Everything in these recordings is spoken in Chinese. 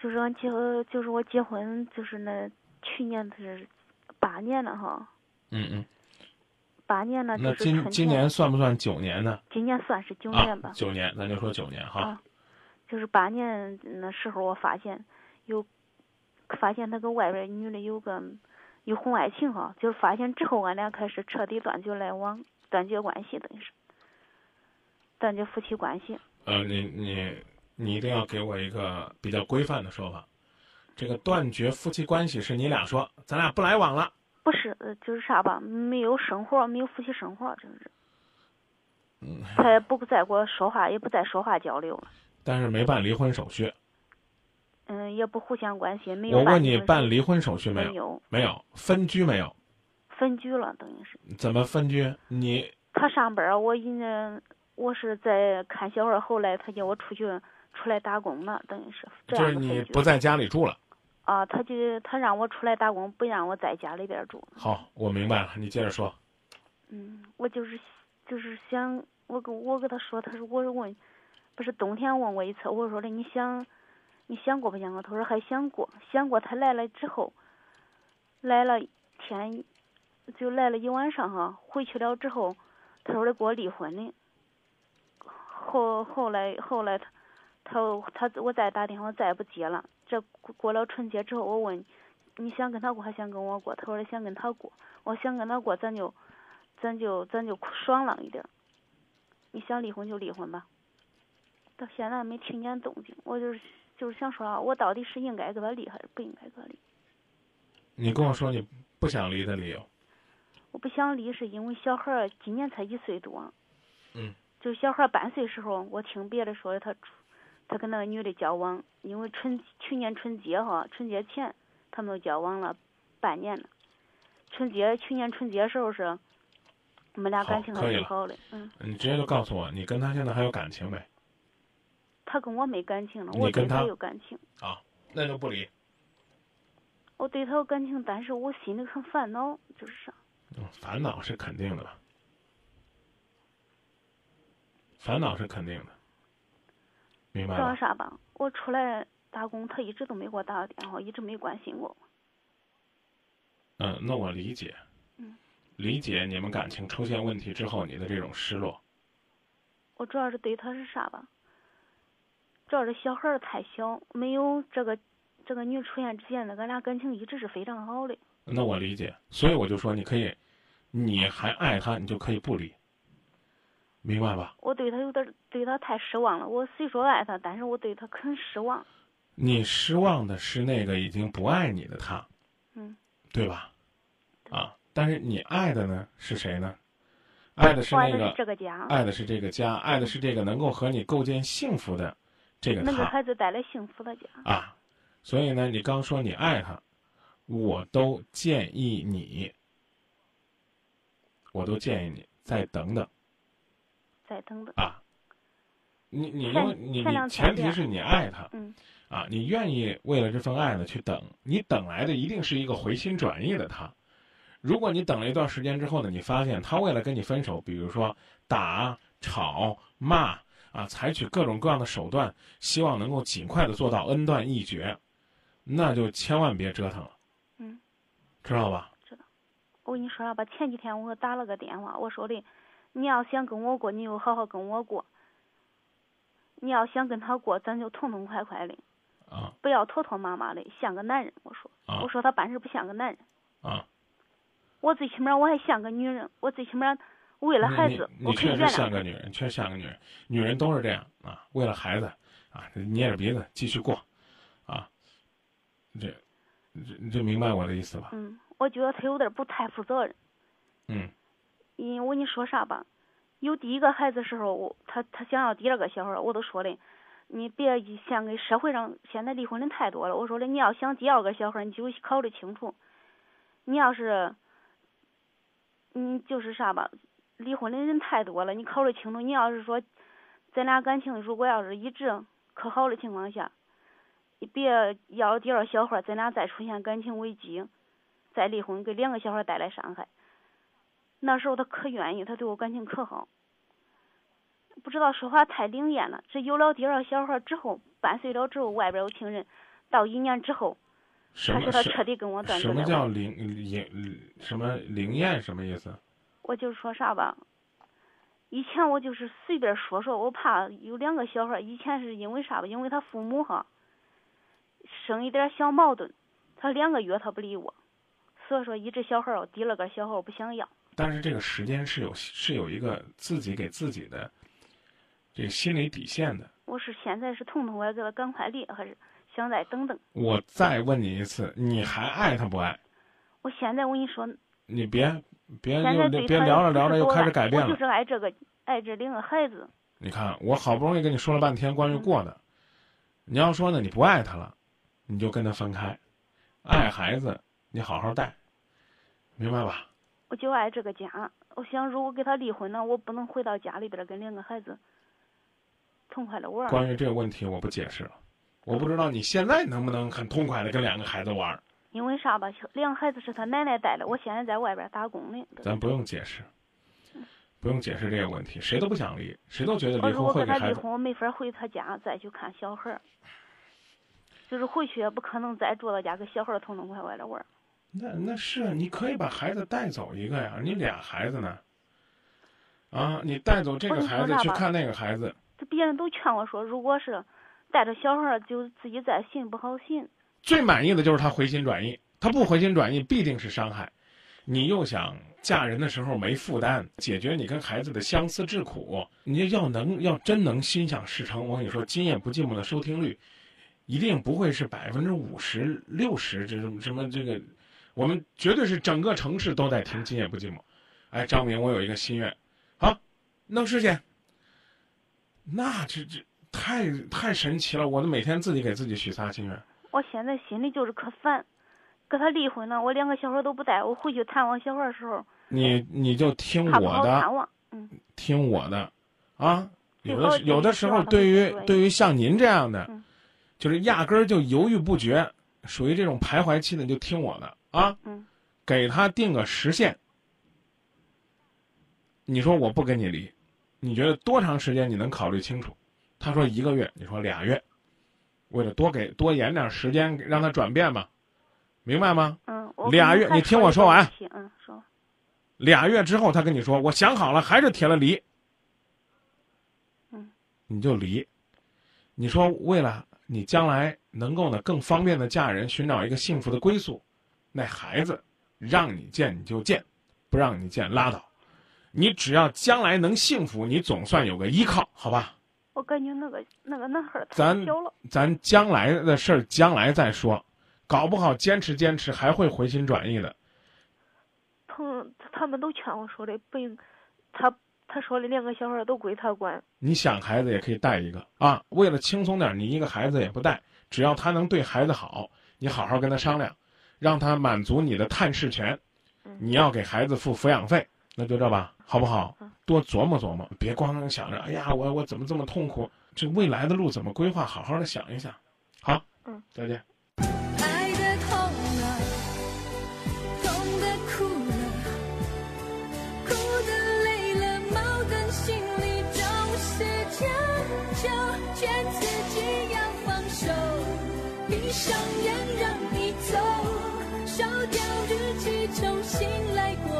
就是俺结合，就是我结婚，就是那去年是八年了哈，嗯嗯，八年了。那就是今春今天年算不算九年呢？今年算是九啊年吧，，九年，咱就说九年哈啊。就是八年那时候我发现有，发现他跟外边女的有个有婚外情哈，就是发现之后俺俩开始彻底断绝来往，断绝关系等于是，断绝夫妻关系。呃，你你你一定要给我一个比较规范的说法。这个断绝夫妻关系是你俩说，咱俩不来往了。不是，呃就是啥吧，没有生活，没有夫妻生活，就是。嗯他也不再给我说话，也不再说话交流了，但是没办离婚手续。嗯，也不互相关心，没有我办问你，离婚办离婚手续没没有有？没有，分居没有？分居了，等于是怎么分居？你他上班儿，我因着我是在看小孩儿，后来他叫我出去出来打工了，等于是这就样是的你啊分居不在家里住了。啊，他就他让我出来打工，不让我在家里边儿住，好，我明白了，你接着说。嗯，我就是就是想，我跟我跟他说，他说我是问，不是冬天问我一次，我说的你想，你想过不想过？他说还想过，想过。他来了之后，来了天，就来了一晚上哈，回去了之后，他说的给我离婚的。后后来后来他他他我再打电话我再也不接了。这过过了春节之后，我问你想跟他过还想跟我过？他说的想跟他过，我想跟他过，咱就。咱就咱就爽朗一点儿，你想离婚就离婚吧。到现在没听见动静，我就是就是想说啊，我到底是应该跟他离还是不应该跟他离？你跟我说你不想离的理由。我不想离是因为小孩儿今年才一岁多，嗯，就是小孩儿半岁时候，我听别的说他出他跟那个女的交往，因为春去年春节哈，春节前他们都交往了半年了。春节去年春节时候是，我们俩好感情还可以挺了好的，嗯，你直接就告诉我，你跟他现在还有感情没？他跟我没感情了，你我跟对他他有感情。啊，那就不离。我对他有感情，但是我心里很烦恼，就是啥嗯烦恼是肯定的吧？烦恼是肯定的，明白知道吧？啥吧？我出来打工，他一直都没给我打过电话，一直没关心我。嗯，那我理解。嗯理解你们感情出现问题之后你的这种失落。我主要是对他是啥吧？主要是小孩儿太小，没有这个这个女出现之前，咱俩感情一直是非常好的。那我理解，所以我就说你可以，你还爱他，你就可以不离，明白吧？我对他有点儿对他太失望了。我虽说爱他，但是我对他很失望。你失望的是那个已经不爱你的他，嗯，对吧？啊，但是你爱的呢是谁呢？爱的是我爱那的个是这个家，爱的是这个家，爱的是这个能够和你构建幸福的这个能给他孩子带来幸福的家。啊。所以呢，你刚说你爱他，我都建议你，我都建议你再等等再等等，啊。你你因前为你前两天你前提恋是你爱他嗯，啊，你愿意为了这份爱呢去等，你等来的一定是一个回心转意的他。如果你等了一段时间之后呢，你发现他为了跟你分手，比如说打、吵、骂啊，采取各种各样的手段，希望能够尽快的做到恩断义绝，那就千万别折腾了。嗯，知道吧？我跟你说啥吧，前几天我打了个电话，我说的，你要想跟我过，你就好好跟我过；你要想跟他过，咱就痛痛快快的，啊不要拖拖麻麻的，像个男人。我说，啊我说他办事不像个男人，啊！我最起码我还像个女人，我最起码为了孩你子，你我你可以确原实像谅个女人，确实像个女人。女人都是这样啊，为了孩子啊，捏着鼻子继续过，啊，这这你这明白我的意思吧他。？嗯，我觉得他有点不太负责任。嗯，因我跟你说啥吧，有第一个孩子时候，我他他想要第二个小孩儿，我都说的，你别以想给社会上现在离婚的太多了，我说的你要想第二个小孩儿，你就考虑清楚，你要是，嗯，就是啥吧，离婚的人太多了，你考虑清楚，你要是说，咱俩感情如果要是一直可好的情况下，你别要第二个小孩儿，咱俩再出现感情危机，再离婚给两个小孩儿带来伤害。那时候他可愿意，他对我感情可好，不知道说话太灵验了。这有了第二个小孩之后，伴随了之后，外边有情人，到一年之后，什他么说他什彻底跟我断绝什么了。叫灵灵什么灵验什么意思？我就说啥吧，以前我就是随便说说，我怕有两个小孩儿。以前是因为啥吧？因为他父母哈，生一点小矛盾，他两个月他不理我，所以说一直小孩儿我提了个小孩儿我不想要。但是这个时间是有是有一个自己给自己的这个心理底线的。我是现在是痛痛，我要给他赶快离，还是想再等等？我再问你一次，你还爱他不爱？我现在我跟你说，你别别现哎又在对别他聊着就聊是着又多开始爱改变我就了。是爱这个爱这两个孩子，你看，我好不容易跟你说了半天嗯关于过的，你要说呢，你不爱他了，你就跟他分开。爱孩子，你好好带，明白吧？我就爱这个家。我想如果跟他离婚了，我不能回到家里边儿跟两个孩子痛快的玩儿。关于这个问题，我不解释了。我不知道你现在能不能很痛快的跟两个孩子玩儿，因为啥吧，小两个孩子是他奶奶带的，我现在在外边打工呢。咱不用解释，嗯不用解释这个问题，谁都不想离，谁都觉得我离如婚果会跟给他孩离子。婚，我没法回他家再去看小孩儿，就是回去也不可能再住到家跟小孩儿痛痛快快的玩儿。那那是啊，你可以把孩子带走一个呀，你俩孩子呢？啊，你带走这我个跟你孩说子啥去吧看那个孩子，这别人都劝我说，如果是带着小孩儿，就自己再寻不好寻。最满意的就是他回心转意，他不回心转意必定是伤害。你又想嫁人的时候没负担，解决你跟孩子的相思之苦，你要能要真能心想事成，我跟你说，今夜不寂寞的收听率一定不会是百分之五十六十，这什么什么这个，我们绝对是整个城市都在听今夜不寂寞。哎，张明，我有一个心愿，好，弄事情。那这这太太神奇了，我都每天自己给自己许仨心愿。我现在心里就是可烦，跟他离婚了，我两个小孩儿都不带，我回去探望小孩儿的时候，你你就听他不我好的，探望。听我的，啊，有哦的对有的希时望候他对们于不会对于像您这样的嗯，就是压根儿就犹豫不决，属于这种徘徊期的，你就听我的啊，嗯给他定个时限。你说我不跟你离，你觉得多长时间你能考虑清楚？他说一个月，你说俩月，为了多给多延点时间让他转变嘛，明白吗？嗯，我俩跟月还你听一我个说完问题。嗯，说俩月之后，他跟你说我想好了，还是铁了离，嗯，你就离。你说为了你将来能够呢更方便的嫁人，寻找一个幸福的归宿，那孩子让你见你就见，不让你见拉倒。你只要将来能幸福，你总算有个依靠，好吧？我感觉那个那个男孩儿太咱小了。咱将来的事儿将来再说，搞不好坚持坚持还会回心转意的。朋他们都劝我说的不应，他他说的两个小孩都归他管。你想孩子也可以带一个啊，为了轻松点，你一个孩子也不带，只要他能对孩子好，你好好跟他商量，让他满足你的探视权嗯。你要给孩子付抚养费，那就这吧，好不好嗯？多琢磨琢磨，别光想着哎呀，我我怎么这么痛苦？这未来的路怎么规划？好好的想一想。好，嗯，再见。爱得痛了，痛得哭了，哭得累了，矛盾心里总是强求，劝自己要放手，闭上眼让你走，烧掉日记，重新来过。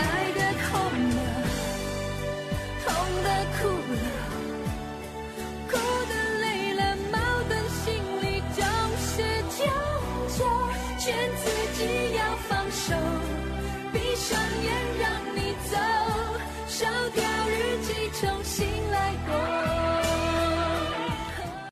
爱得痛了，痛得哭了。哭得累了，矛盾心里总是纠结，劝自己要放手，闭上眼让你走，烧掉日记，重新来过。